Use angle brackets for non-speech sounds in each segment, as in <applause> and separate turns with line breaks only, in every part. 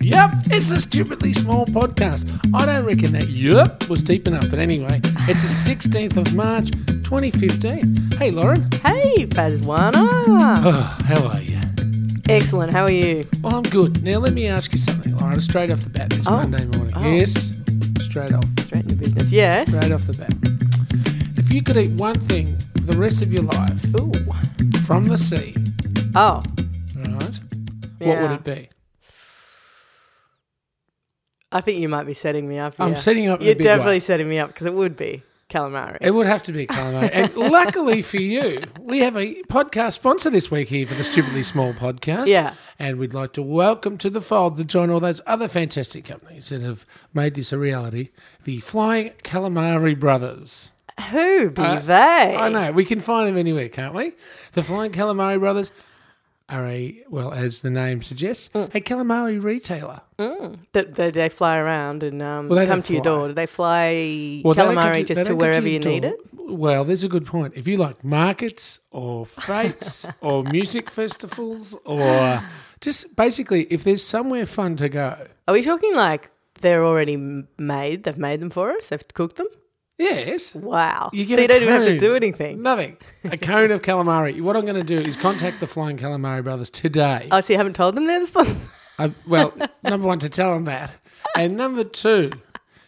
Yep, it's a stupidly small podcast. I don't reckon that yep was deep enough, but anyway, it's the 16th of March 2015. Hey, Lauren.
Hey,
<laughs>
Fazwana.
Oh, how are you?
Excellent. How are you?
Well, I'm good. Now, let me ask you something, Lauren, straight off the bat this
Oh.
Monday morning.
Oh.
Yes, straight off.
Straight into business. Yes.
Straight off the bat. If you could eat one thing for the rest of your life
Ooh.
from the sea,
Oh.
right, what would
Yeah.
it be?
I think you might be setting me up.
I'm
here.
setting up in a
You're
big
definitely
way.
setting me up because it would be calamari.
It would have to be calamari. and luckily for you, we have a podcast sponsor this week here for the Stupidly Small podcast.
Yeah.
And we'd like to welcome to the fold to join all those other fantastic companies that have made this a reality the Flying Calamari Brothers.
Who be
Uh,
they?
I know, we can find them anywhere, can't we? The Flying Calamari Brothers are a, well, as the name suggests, a calamari retailer.
That that they fly around and um,
Well, they
come
don't
to your
fly.
door. Do they fly
Well, they don't
calamari
conti- they
just to
don't
wherever you
contribute
need
to-
it?
Well, there's a good point. If you like markets or
<laughs>
fates or music festivals or just basically if there's somewhere fun to go.
Are we talking like they're already m- made? They've made them for us. They've cooked them.
Yes.
Wow.
You get
so
a
you don't even have to
cone.
do anything.
Nothing. A cone of calamari. What I'm going to do is contact the Flying Calamari Brothers today.
Oh, so you haven't told them they're the sponsor. <laughs>
I, well, number one, to tell them that. And number two,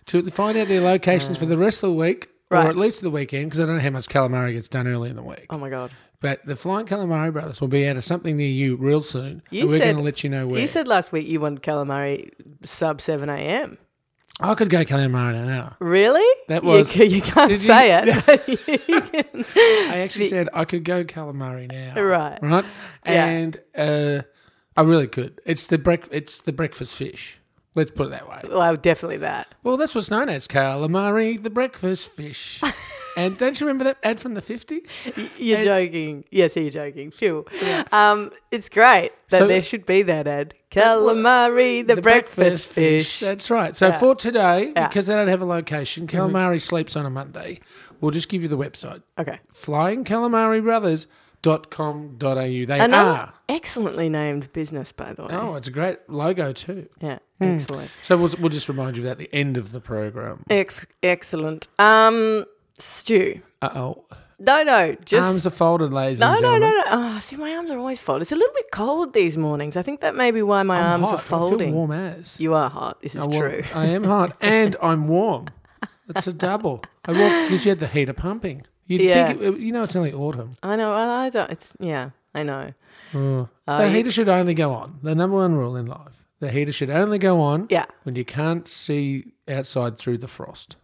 to find out their locations for the rest of the week
Uh. Right.
or at least the weekend because I don't know how much calamari gets done early in the week.
Oh my god.
But the Flying Calamari Brothers will be out of something near you real soon.
You
and we're
said-
going to let you know where.
You said last week you wanted calamari sub 7 a.m.
I could go calamari in an hour.
<laughs> Really?
That
You
was-
ca- You, can't
Did you-
say it. but you can- <laughs>
I actually said I could go calamari now.
Right.
Right.
Yeah.
And uh, I really could. It's the break. It's the breakfast fish. Let's put it that way.
well, definitely that.
Well, that's what's known as calamari, the breakfast
<laughs>
fish. and don't you remember that ad from the fifties?
Y- You're joking. Yes, you're joking. Phew. Um, it's great that
So-
there should be that ad. Calamari, the, breakfast, fish.
That's right. So for today,
Yeah. Mm-hmm.
because they don't have a location, calamari sleeps on a Monday. We'll just give you the website.
Okay.
flyingcalamaribrothers.com.au. They
Another
are.
excellently named business, by the way.
ah. Oh, Hmm. it's a great logo too.
Yeah, excellent.
So we'll, we'll just remind you of that at the end of the program.
Ex- excellent. Um, Stu.
Uh oh,
No, no, just
arms are folded, ladies
No,
and
no, no,
gentlemen.
no. Oh, see, my arms are always folded. It's a little bit cold these mornings. I think that may be why my
I'm
arms
hot.
are folding.
I feel warm as.
You are hot. This is
I wa-
true.
I am hot,
<laughs>
and I'm warm. It's a double. I walked because you had the heater pumping. You'd
Yeah.
think it, you know it's only autumn.
I know. I, I don't. It's yeah. I know.
Oh.
Oh,
the
you-
heater should only go on. The number one rule in life: the heater should only go on
Yeah.
when you can't see outside through the frost.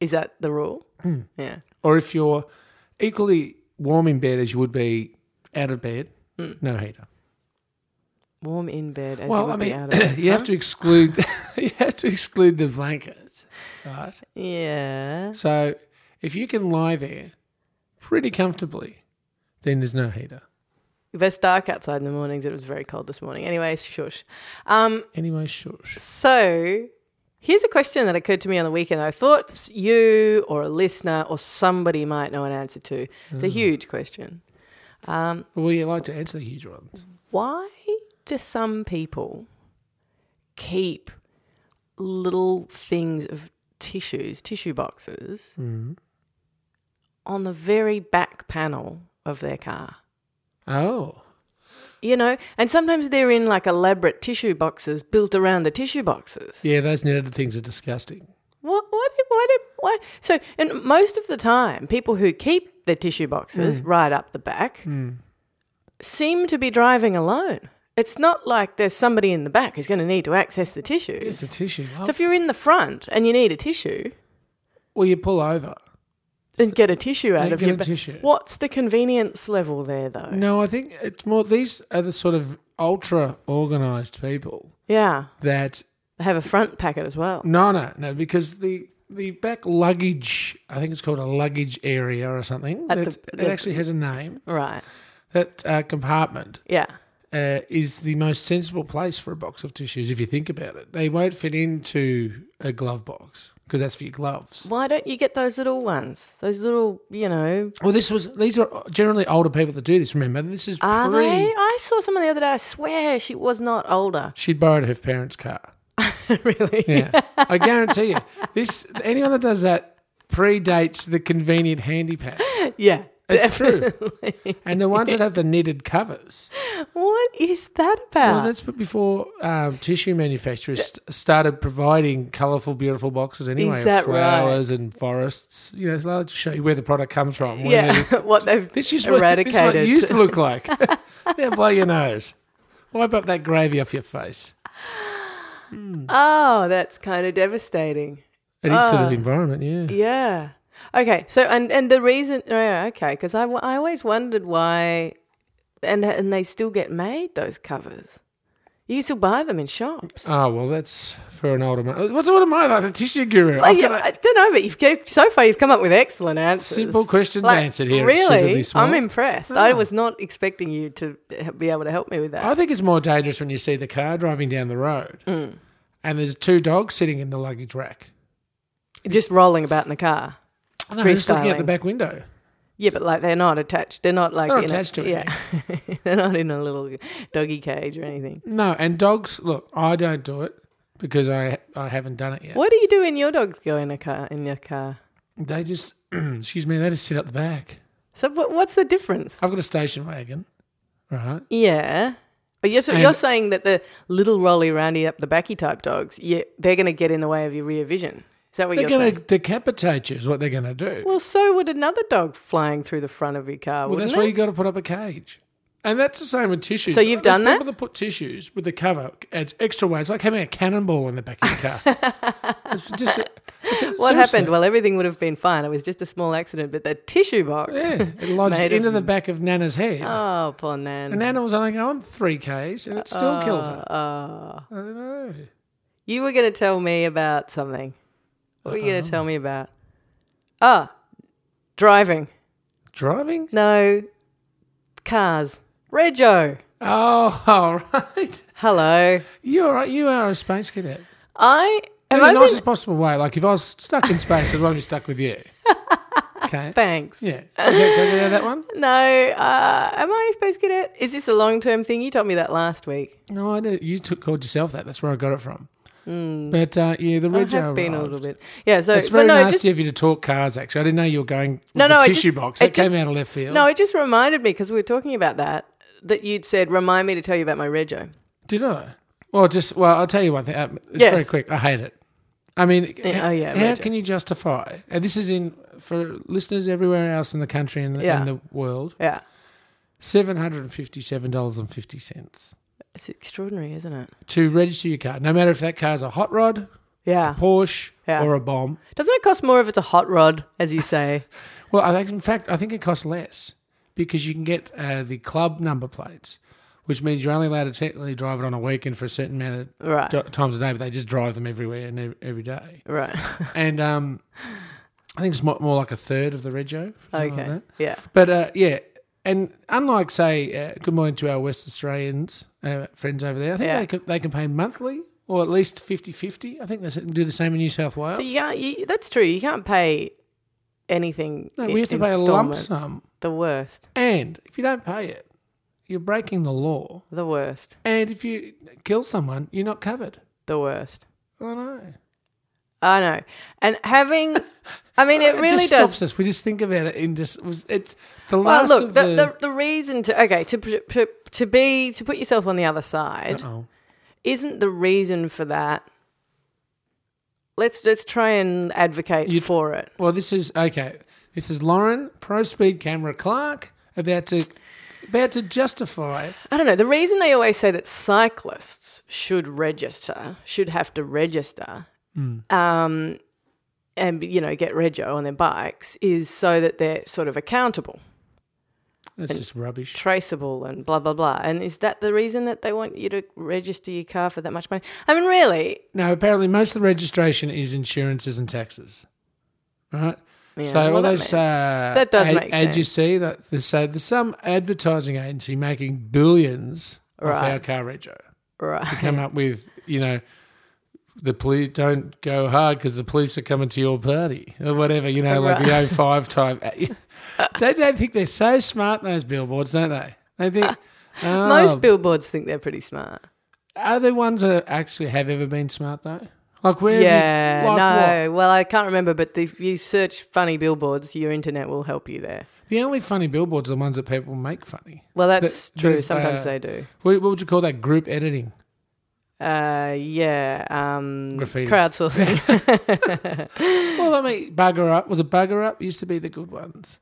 Is that the rule?
Hmm.
Yeah.
or if you're equally warm in bed as you would be out of bed, no heater.
Warm in bed as Hmm. you
well,
would
I
be
mean, <coughs>
out of.
you have to exclude <laughs> you have to exclude the blankets, right?
yeah.
So if you can lie there pretty comfortably, then there's no heater.
If it's dark outside in the mornings, it was very cold this morning. Anyway, shush. Um.
Anyway, shush.
So. Here's a question that occurred to me on the weekend. I thought you or a listener or somebody might know an answer to. It's a
Hmm.
huge question. Um,
Well, you like to answer the huge ones.
why do some people keep little things of tissues, tissue boxes, on the very back panel of their car?
Oh,
You know, and sometimes they're in like elaborate tissue boxes built around the tissue boxes.
yeah, those knitted things are disgusting.
What? What? What? What? So, and most of the time, people who keep their tissue
Mm.
boxes right up the back seem to be driving alone. It's not like there's somebody in the back who's going to need to access the tissues.
It's the tissue. Oh,
so, if you're in the front and you need a tissue,
well, you pull over.
then get a tissue out
Then
of
get
your
a
ba-
tissue.
What's the convenience level there, though?
No, I think it's more. These are the sort of ultra organised people
Yeah,
that
they have a front packet as well.
No, no, no, because the the back luggage, I think it's called a luggage area or something.
At the-
That's- it
the-
actually has a name.
Right.
That uh, compartment
Yeah.
uh, is the most sensible place for a box of tissues if you think about it. They won't fit into a glove box because that's for your gloves.
Why don't you get those little ones? Those little, you know.
Well, this was these are generally older people that do this. Remember, this is
Are
pre.
they? Ah, I saw someone the other day. I swear she was not older.
She'd borrowed her parents' car.
<laughs> really?
Yeah, I guarantee you. This anyone that does that predates the convenient handy pack.
<laughs> Yeah.
It's true.
<laughs>
And the ones that have the knitted covers.
What is that about?
Well, that's before um, tissue manufacturers st- started providing colourful, beautiful boxes anyway,
Is
of
that
flowers and forests. You know, it's like to show you where the product comes from. where
<laughs> yeah.
they-
<laughs> what
<laughs>
they've
This is what this is
eradicated.
what it used to look like.
<laughs>
yeah, blow your nose. Wipe up that gravy off your face.
oh, that's kind of devastating.
It is to
Oh.
the environment, yeah.
Yeah. Okay. So and and the reason oh, yeah, okay because I, w- I always wondered why and and they still get made those covers. You can still buy them in shops.
Oh, well, that's for an older man. What's what am I like? The tissue guru.
Oh,
I've
yeah,
got a-
I don't know, but you've kept, so far you've come up with excellent answers.
simple questions
Like,
answered here. at
Really,
Suitably Smart. Ah.
I'm impressed. I was not expecting you to h- be able to help me with that.
I think it's more dangerous when you see the car driving down the road and there's two dogs sitting in the luggage rack.
Just rolling about in the car. Oh,
No, just looking out the
Freestyling.
back window.
Yeah, but like they're not attached. They're not like
They're not
in
attached
a,
to
Yeah, <laughs> they're not in a little doggy cage or anything.
No, and dogs, look, I don't do it because I I haven't done it yet.
What do you do when your dogs go in a car? In your car.
They just, <clears throat> excuse me, they just sit up the back.
So what, what's the difference?
I've got a station wagon, right?
Yeah. But you're,
And-
you're saying that the little rolly roundy up the backy type dogs, yeah, they're going to get in the way of your rear vision. Is that what
They're
you're
going
saying?
to decapitate you, is what they're going to do. Well,
Well, so would another dog flying through the front of your car, wouldn't
that's
it?
why you got to put up a cage. And that's the same with tissues.
So you've
There's
done that?
People that put tissues with the cover adds extra weight. It's like having a cannonball in the back of your car.
<laughs>
It's just a- it's a-
what
seriously.
happened? Well, everything would have been fine. It was just a small accident, but the tissue box. <laughs>
Yeah, it lodged
Made
into
of-
the back of Nana's head.
Oh, poor Nan.
And Nana was only going three k's, and it still killed her.
Oh.
I don't know.
You were going to tell me about something. What were you going to tell me about? Ah, driving.
Driving?
No, cars. Rego.
Oh, <laughs> all right.
Hello.
You are you are a space cadet
I
in
am
the
open.
nicest possible way. Like if I was stuck in space, I'd want to be stuck with you. Okay.
<laughs> Thanks.
Yeah. Is that good to that one?
No, uh, am I a space cadet? Is this a long term thing? You told me that last week.
No, I did. You took, called yourself that. That's where I got it from. But uh, yeah, the
Hmm. I
red
have
jar.
been a
arrived.
little bit. Yeah. So
It's
but
very
no,
nasty
just
of you to talk cars. Actually, I didn't know you were going. With
No,
no, no,
no, I
the
just-
tissue box
I
that
just-
came out of left field.
no, it just reminded me because we were talking about that that you'd said remind me to tell you about my rego.
Did I? Well, just well, I'll tell you one thing. Um, It's
Yes.
very quick. I hate it. I mean,
Yeah,
h-
oh, yeah,
how
Roger.
can you justify? And this is in for listeners everywhere else in the country and,
Yeah.
and the world.
Yeah,
Seven hundred and fifty-seven dollars and fifty cents
it's extraordinary, isn't it?
to register your car, no matter if that car's a hot rod,
Yeah.
Porsche,
Yeah.
or a bomb.
Doesn't it cost more if it's a hot rod, as you say?
Well, I think, in fact, I think it costs less because you can get uh, the club number plates, which means you're only allowed to technically drive it on a weekend for a certain amount of
right.
do- times a day, but they just drive them everywhere and ev- every day. <laughs>
Right.
And um, I think it's mo- more like a third of the rego. for something like
okay.
that.
yeah.
But uh, yeah, and unlike say, uh, good morning to our West Australians uh, friends over there. I think
Yeah.
they can they can pay monthly or at least 50-50. I think they s- do the same in New South Wales.
So you can't. You, that's true. You can't pay anything.
no,
in
we have to pay a lump
installments.
sum,
The worst.
and if you don't pay it, you're breaking the law.
The worst.
And if you kill someone, you're not covered.
The worst.
I know.
I know. And having,
<laughs>
I mean, it really
just
does.
stops us. We just think about it and just was it's the
Well,
last
look,
of
the,
the.
the, the, reason to okay to, pr- pr- to be to put yourself on the other side
Uh-oh.
isn't the reason for that. Let's let's try and advocate for it.
Well, this is okay. This is Lauren, pro speed camera Clark, about to about to justify.
I don't know. The reason they always say that cyclists should register, should have to register,
Mm.
um, and you know get rego on their bikes, is so that they're sort of accountable,
That's just rubbish.
traceable, and blah blah blah. And is that the reason that they want you to register your car for that much money? I mean, really?
No, apparently most of the registration is insurances and taxes. Right. so
well,
all
that
those
makes-
uh,
that does make sense.
Ad you see that so there's some advertising agency making billions off
Right.
our car rego.
Right.
Come up with, you know, the police don't go hard because the police are coming to your party or whatever, you know, like the 05 type. <laughs> they don't think they're so smart, those billboards, don't they? They think, oh,
<laughs> <laughs> Most billboards think they're pretty smart.
are there ones that actually have ever been smart, though? Like, where? have you-
Yeah.
like what?
no. Well, I can't remember, but if you search funny billboards, your internet will help you there.
The only funny billboards are the ones that people make funny.
Well, that's
That-
true.
that,
Sometimes
uh,
they do.
What, what would you call that? Group editing.
Uh, yeah. Um,
Graffiti. <laughs>
crowdsourcing.
Well, I mean, Bugger Up. Was it Bugger Up? Used to be the good ones.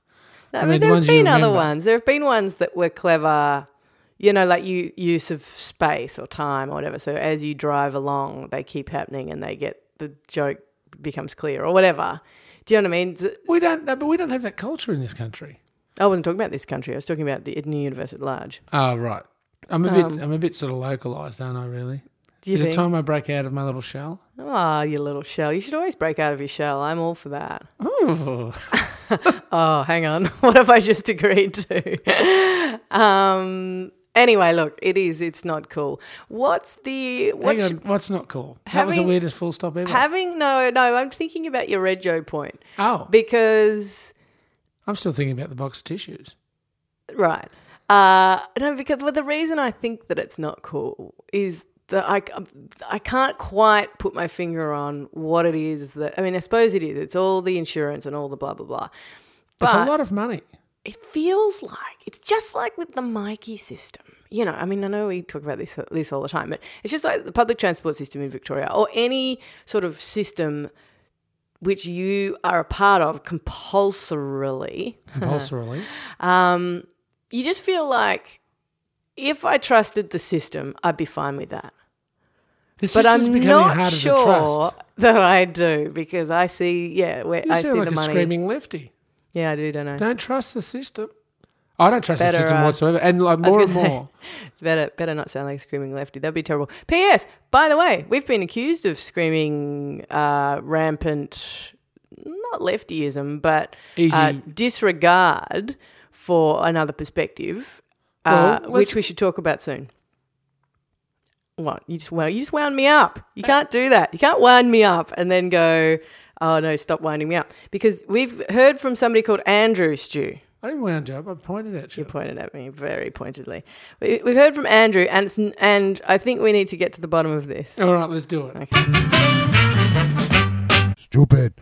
No,
I
but
mean, the
there have
ones you
been other
remember.
ones. There have been ones that were clever, you know, like you use of space or time or whatever. So as you drive along, they keep happening and they get the joke becomes clear or whatever. Do you know what I mean? Z-
We don't, no, but we don't have that culture in this country.
I wasn't talking about this country. I was talking about the Sydney universe at large.
Oh, right. I'm a bit, I'm a bit sort of localized, aren't I? Really.
Do Um, you
Is it
think?
time I break out of my little shell?
Ah, you little shell. You should always break out of your shell. I'm all for that.
Ooh.
Oh, hang on. <laughs> What have I just agreed to? um. Anyway, look, it is. It's not cool. What's the
Hang
what's
on, what's not cool? That was the
having-
weirdest full stop ever.
Having no, no, I'm thinking about your Rego point
oh,
because
I'm still thinking about the box of tissues.
right, uh, no, because well, the reason I think that it's not cool is that I, I can't quite put my finger on what it is that I mean. I suppose it is. It's all the insurance and all the blah blah blah.
It's a
But-
lot of
<laughs>
money.
It feels like it's just like with the Mikey system. You know, I mean, I know we talk about this this all the time, but it's just like the public transport system in Victoria or any sort of system which you are a part of compulsorily.
Compulsorily.
Um, you just feel like if I trusted the system, I'd be fine with that.
The
But
system's
I'm
becoming
not
harder to
sure
trust.
<laughs> that I do because I see, yeah, where
You
I see
sound like
the
a
money.
screaming lefty.
Yeah, I do, don't I?
Don't trust the system. I don't trust
Better,
the system
uh,
whatsoever. And like
was
more and
gonna say-
more.
Better, better not sound like a screaming lefty. That'd be terrible. P.S. By the way, we've been accused of screaming uh, rampant, not leftyism, but uh,
Easy.
disregard for another perspective, uh,
Well, let's-
which we should talk about soon. What you just well, you just wound me up. You
Uh,
can't do that. You can't wind me up and then go, oh no, stop winding me up because we've heard from somebody called Andrew Stew.
I didn't wound you up. I pointed at you.
You pointed at me very pointedly. We, we've heard from Andrew, and it's, n- and I think we need to get to the bottom
<laughs>
of this.
All right, let's do it.
Stupid.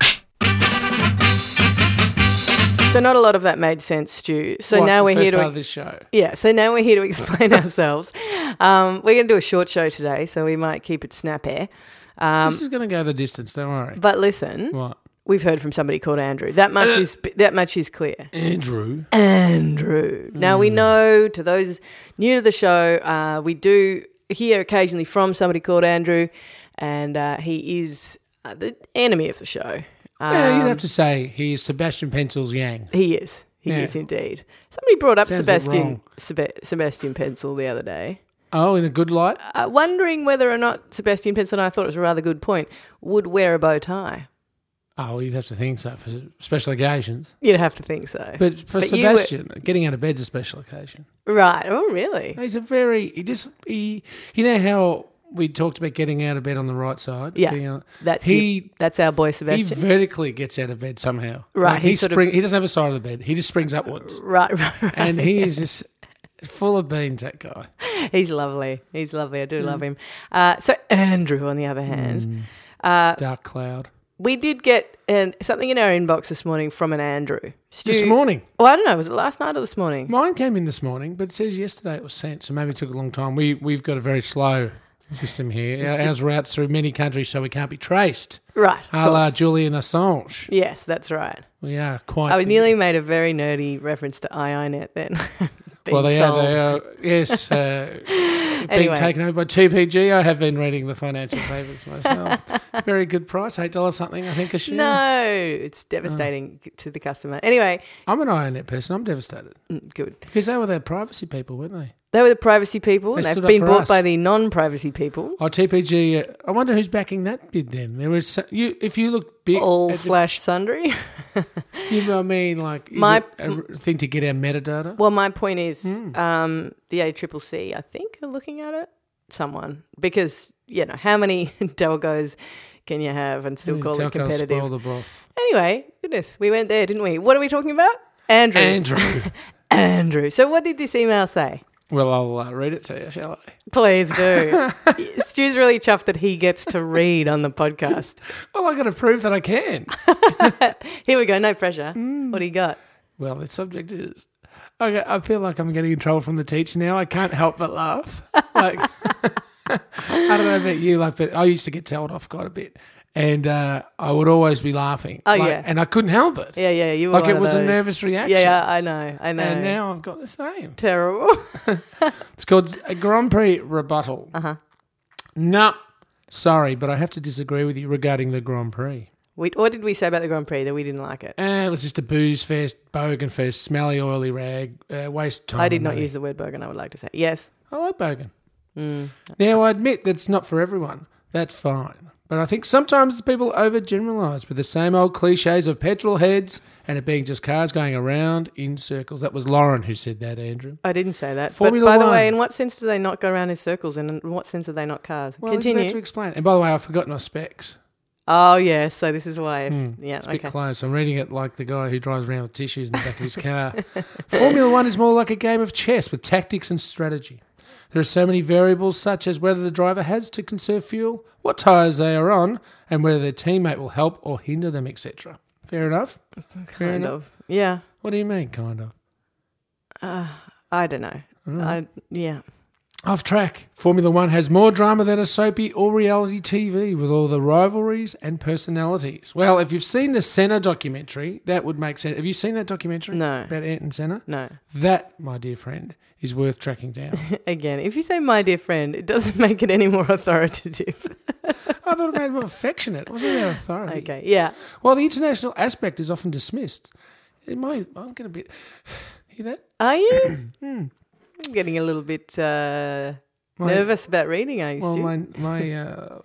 So not a lot of that made sense, Stu. So
What,
now
the
we're
first
here to
part of this show.
yeah. So now we're here
<laughs>
to <laughs> explain ourselves. Um, we're going to do a short show today, so we might keep it snappy. Um, Mm-hmm.
this is going to go the distance. Don't worry.
but listen,
What?
we've heard from somebody called Andrew. That much
Uh,
is that much is clear.
Andrew.
Andrew. Now
Hmm.
we know to those new to the show, uh, we do hear occasionally from somebody called Andrew, and uh, he is uh, the enemy of the show. Um,
yeah, you'd have to say he is Sebastian Pencil's Yang.
He is. He
Yeah.
is indeed. Somebody brought up
Sounds a bit
Sebastian
wrong.
Seb- Sebastian Pencil the other day,
Oh, in a good light.
uh, wondering whether or not Sebastian Pencil, and I thought it was a rather good point, would wear a bow tie.
Oh, well, you'd have to think so for special occasions.
You'd have to think so.
But for
But you were-
Sebastian, getting out of bed's a special occasion.
right. Oh, really?
He's a very he just he. You know how we talked about getting out of bed on the right side.
Yeah.
Getting out-
That's
he.
it. That's our boy
He
Sebastian.
vertically gets out of bed somehow.
Right,
Like,
he
he
sort of-
spring. He doesn't have a side of the bed. He just springs upwards,
<laughs> right, right, right.
and he is just full of beans. That guy.
He's lovely. He's lovely. I do love
Mm.
him. Uh, so Andrew, on the other hand, uh,
Dark cloud.
we did get an, something in our inbox this morning from an Andrew. Stu,
This morning.
Well, I don't know. Was it last night or this morning?
Mine came in this morning, but it says yesterday it was sent, so maybe it took a long time. We we've got a very slow system here. Our, ours routes through many countries, so we can't be traced.
Right. of
A la
course. Oh,
Julian Assange.
Yes, that's right.
We are quite.
I nearly made a very nerdy reference to IINet then. <laughs> Being
well, they
sold.
are. They are. Yes.
<laughs>
Uh,
Anyway.
Being taken over by TPG. I have been reading the financial papers
<laughs>
myself. very good price, eight dollars something. I think a share.
No, it's
Oh.
devastating to the customer. Anyway,
I'm an IONet E person. I'm devastated
mm, good.
because they were their privacy people, weren't they?
They were the privacy people, and
They
they've
stood up
been
for
bought
us.
by the non-privacy people.
Oh, TPG. uh, I wonder who's backing that bid then. There was so, you, if you look big,
All
at the-
slash sundry. <laughs>
you know what I mean? Like, is
My-
it a r- thing to get our metadata?
Well, my point is,
Hmm.
um, the ACCC, I think, are looking at it. Someone, because you know, how many <laughs> telcos can you have and still call it
Telcos Spoil
competitive?
the
<laughs>
broth.
Anyway, goodness, we went there, didn't we? What are we talking about? Andrew.
Andrew.
<laughs> Andrew. So, what did this email say?
well, I'll uh, read it to you, shall I?
Please
<laughs>
do. Stu's really chuffed that he gets to read on the podcast. <laughs>
Well, i got to prove that I can.
Here we go. No pressure.
Hmm.
What do you got?
well, the subject is. Okay, I feel like I'm getting in trouble from the teacher now. I can't help but laugh. Like, <laughs> I don't know about you, like, but I used to get told off quite a bit, and uh, I would always be laughing.
Oh,
like,
yeah.
and I couldn't help it.
Yeah, yeah. You were
Like
one
it
of
was a
those.
nervous reaction.
Yeah, yeah. I know. I know.
And now I've got the same.
Terrible. <laughs>
It's called a Grand Prix rebuttal. Uh huh.
Uh-huh.
No, sorry, but I have to disagree with you regarding the Grand Prix.
we, what did we say about the Grand Prix that we didn't like it?
Eh, it was just a booze fest, bogan fest, smelly, oily rag, uh, waste time.
I did
and
not
money.
use the word bogan. I would like to say yes.
I like bogan.
Mm.
Now I admit that's not for everyone. That's fine. But I think sometimes people overgeneralise with the same old cliches of petrol heads and it being just cars going around in circles. That was Lauren who said that, Andrew.
I didn't say that.
Formula
but by the
One.
way, in what sense do they not go around in circles, and in what sense are they not cars?
Well, it's about
Continue.
to explain. And by the way, I've forgotten my specs.
Oh yes. So this is why. If, yeah.
Hmm. It's a bit
Okay.
close. I'm reading it like the guy who drives around with tissues in the back of his car. <laughs> Formula One is more like a game of chess with tactics and strategy. There are so many variables, such as whether the driver has to conserve fuel, what tyres they are on, and whether their teammate will help or hinder them, etc. Fair enough? Fair
Kind
enough.
of. Yeah. Uh,
What do you mean, kind of?
I don't know. I, yeah.
Off track. Formula One has more drama than a soapy or reality TV with all the rivalries and personalities. Well, if you've seen the Senna documentary, that would make sense. Have you seen that documentary?
No.
About Ayrton Senna?
No. <laughs>
That, my dear friend, is worth tracking down.
Again, if you say my dear friend, it doesn't <laughs> make it any more authoritative.
I thought it made him affectionate. It wasn't about authority.
Okay. Yeah.
While the international aspect is often dismissed, it might, I'm getting a bit. <sighs> Hear that?
Are you? I'm getting a little bit uh,
Hmm. My-
nervous about reading, are you,
Well,
Stu?
my, my uh,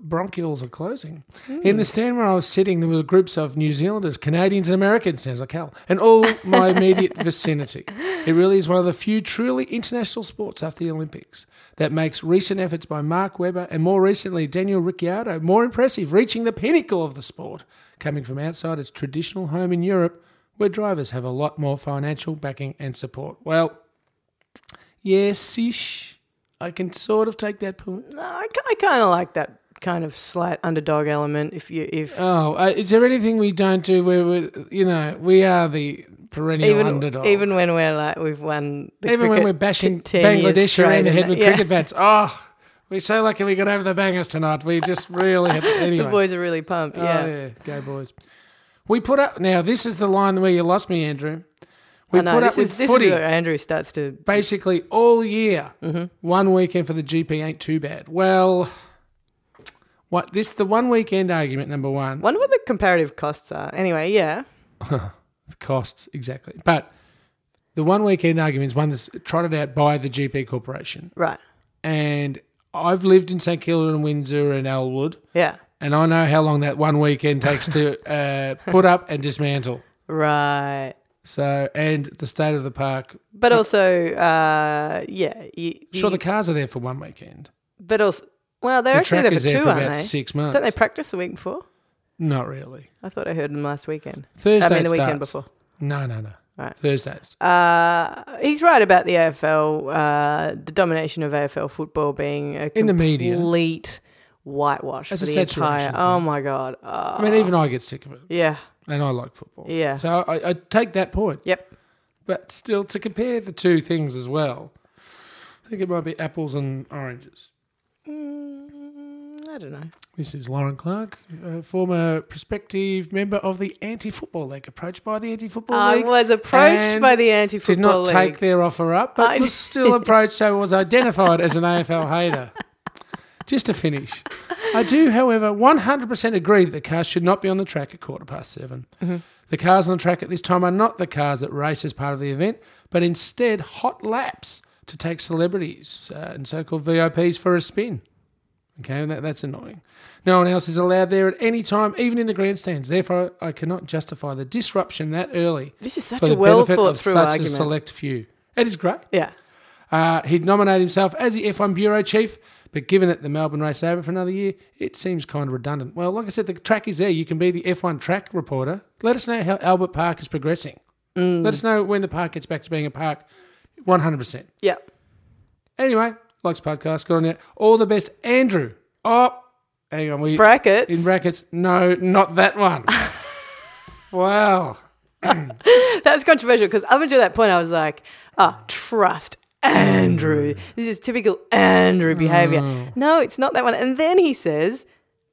bronchioles are closing. In the stand where I was sitting, there were groups of New Zealanders, Canadians, and Americans, sounds like hell, and all my immediate vicinity. It really is one of the few truly international sports after the Olympics that makes recent efforts by Mark Webber and more recently Daniel Ricciardo more impressive, reaching the pinnacle of the sport, coming from outside its traditional home in Europe, where drivers have a lot more financial backing and support. Well, yes ish. I can sort of take that point.
No, I, kind of like that kind of slight underdog element. If you, if
Oh, uh, is there anything we don't do where we, you know, we are the perennial
even
underdog?
even when we're like we've won, the
Even when
cricket
we're bashing
t- 10
Bangladesh around
years
the
straight
head
and <laughs>
with
that-
cricket bats. Oh, we're so lucky we got over the bangers tonight. We just really had to.
yeah.
Anyway.
<laughs> the boys are really pumped.
Oh,
yeah,
yeah, go boys. We put up. Now, this is the line where you lost me, Andrew. We
I
put
know. This
up with
is this
footy
is where Andrew starts to.
basically all year.
Mm-hmm.
One weekend for the GP ain't too bad. Well, what this the one weekend argument number one.
Wonder what the comparative costs are. Anyway, yeah,
costs exactly. But the one weekend argument is one that's trotted out by the GP Corporation,
right, and
I've lived in St Kilda and Windsor and Elwood,
yeah,
and I know how long that one weekend takes
<laughs>
to uh, put up and dismantle.
right.
So, and the state of the park.
But also, uh, yeah, you,
Sure, the cars are there for one weekend.
but also, well, they're
The
actually
track
there for
is there
two,
for
aren't
about
they?
six months.
Don't they practice the week before?
Not really.
I thought I heard them last weekend.
Thursday
I mean, the
it
weekend
starts.
before.
No, no, no.
Right.
Thursdays.
Uh, he's right about the AFL, uh, the domination of AFL football being a
In the media.
complete whitewash
It's
for
a
the entire.
saturation
Oh my god! Uh,
I mean, even I get sick of it,
yeah,
and I like football.
Yeah.
So I, I take that point.
yep.
But still, to compare the two things as well, I think it might be apples and oranges.
Mm, I don't know.
This is Lauren Clark, a former prospective member of the Anti Football League, approached by the Anti Football
I
League.
was approached
and
by the anti-football
Did not
league.
take their offer up, but
I-
was
<laughs>
still approached, so was identified as an AFL hater. Just to finish, I do, however, 100% agree that the cars should not be on the track at quarter past 7
Mm-hmm.
The cars on the track at this time are not the cars that race as part of the event, but instead hot laps to take celebrities uh, and so-called VIPs for a spin. Okay, and that, that's annoying. No one else is allowed there at any time, even in the grandstands. Therefore, I cannot justify the disruption that early
This is such
for
a
the
well
benefit
thought
of
through
such a
argument.
select few. It is great.
yeah.
Uh, he'd nominated himself as the F1 Bureau Chief, but given that the Melbourne race is over for another year, it seems kind of redundant. Well, like I said, the track is there. You can be the F1 track reporter. Let us know how Albert Park is progressing.
Mm.
Let us know when the park gets back to being a park 100%.
Yeah.
Anyway, likes podcast, good on you. All the best, Andrew. Oh, hang on. We,
Brackets.
in brackets, no, not that
<laughs>
one. wow.
<laughs> That was controversial because up until that point, I was like, oh, trust Andrew.
Mm.
This is typical Andrew behavior. No, it's not that one. And then he says,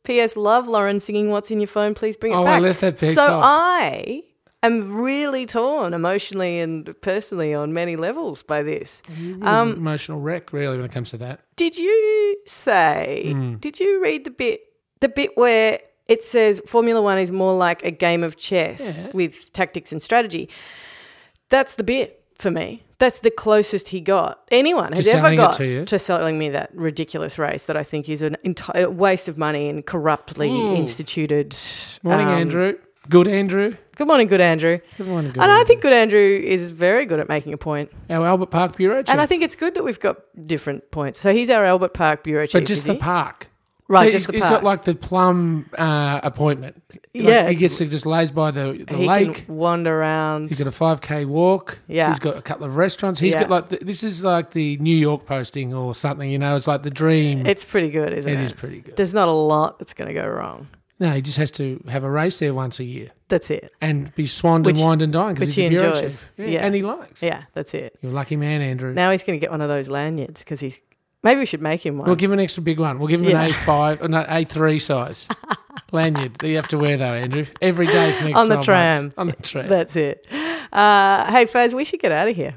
P.S. Love Lauren singing What's in Your Phone, please bring it
Oh, I
back.
left that piece
so
off.
I am really torn emotionally and personally on many levels by this.
Um, emotional wreck, really, when it comes to that.
Did you say,
Hmm.
did you read the bit, the bit where it says Formula One is more like a game of chess with tactics and strategy? That's the bit for me. That's the closest he got. Anyone has ever
selling it
got
to you?
selling me that ridiculous race that I think is an entire waste of money and corruptly instituted.
Hmm. Morning,
um,
Andrew. Good, Andrew.
Good morning, good Andrew.
Good morning, good
and I think good Andrew is very good at making a point.
Our Albert Park Bureau Chief.
And I think it's good that we've got different points. So he's our Albert Park bureau chief.
but just
is
the
he?
park.
Right,
So
just
he's-
the
he's
park.
got like the plum uh, appointment. Like,
Yeah.
He gets to just lays by the, the
he
lake.
can wander around.
He's got a 5K walk.
Yeah.
He's got a couple of restaurants. He's
Yeah.
got like, the, this is like the New York posting or something, you know, it's like the dream.
It's pretty good, isn't it?
it is pretty good.
There's not a lot that's going to go wrong.
No, he just has to have a race there once a year
That's it.
and be swanned
Which-
and wined and dined
which
because he's
he
the bureau
enjoys.
chief. Yeah,
Yeah.
And he likes.
Yeah, that's it.
You're a lucky man, Andrew.
Now he's going to get one of those lanyards because he's. Maybe we should make him one.
We'll give him an extra big one. We'll give him
Yeah.
an A5, or no, A3 size lanyard that you have to wear, though, Andrew, every day for the next
On the
12
tram.
months. On the tram.
that's it. Uh, hey, Faz, we should get out of here.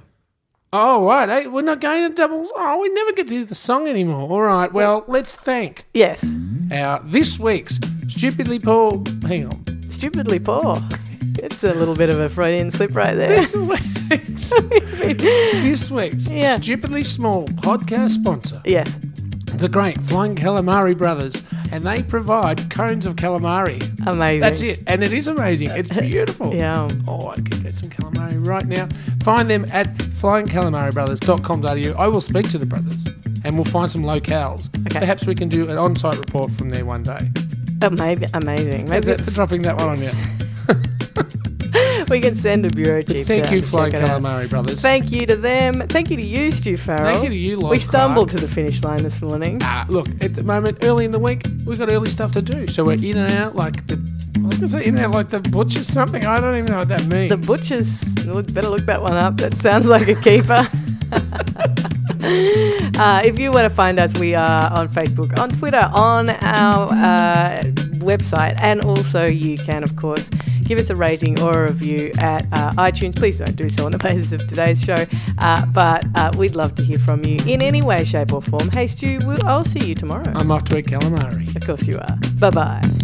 Oh, right. Hey, we're not going to double. Oh, we never get to hear the song anymore. All right. Well, let's thank
Yes.
our this week's Stupidly Paul. Hang on.
Stupidly poor. it's a little bit of a Freudian slip
<laughs>
right there. <laughs>
This week's, this week's
Yeah.
Stupidly Small podcast sponsor,
yes.
the great Flying Calamari Brothers, and they provide cones of calamari.
Amazing.
That's it. And it is amazing.
<laughs>
It's beautiful.
Yeah.
Oh, I could get some calamari right now. Find them at flyingcalamaribrothers.com.au. I will speak to the brothers and we'll find some locales.
Okay.
Perhaps we can do an on site report from there one day.
Ama- amazing.
That's
Maybe
it for dropping that one on
<laughs>
you.
we can send a bureau chief.
Thank
down
you,
to
Flying
check it out.
Calamari Brothers.
Thank you to them. Thank you to you, Stu Farrell.
Thank you to you, Lloyd
We stumbled
Clark.
to the finish line this morning.
Ah, look, at the moment, early in the week, we've got early stuff to do. So we're in and out like the. I was going to say in and out like the butcher's something. I don't even know what that means.
The butchers. We'd better look that one up. That sounds like a keeper. <laughs> uh, if you want to find us, we are on Facebook, on Twitter, on our uh, website, and also you can, of course, give us a rating or a review at uh, iTunes. Please don't do so on the basis of today's show, uh, but uh, we'd love to hear from you in any
Um,
way, shape, or form. Hey, Stu, we'll, I'll see you tomorrow.
I'm off to eat calamari.
of course, you are. Bye bye.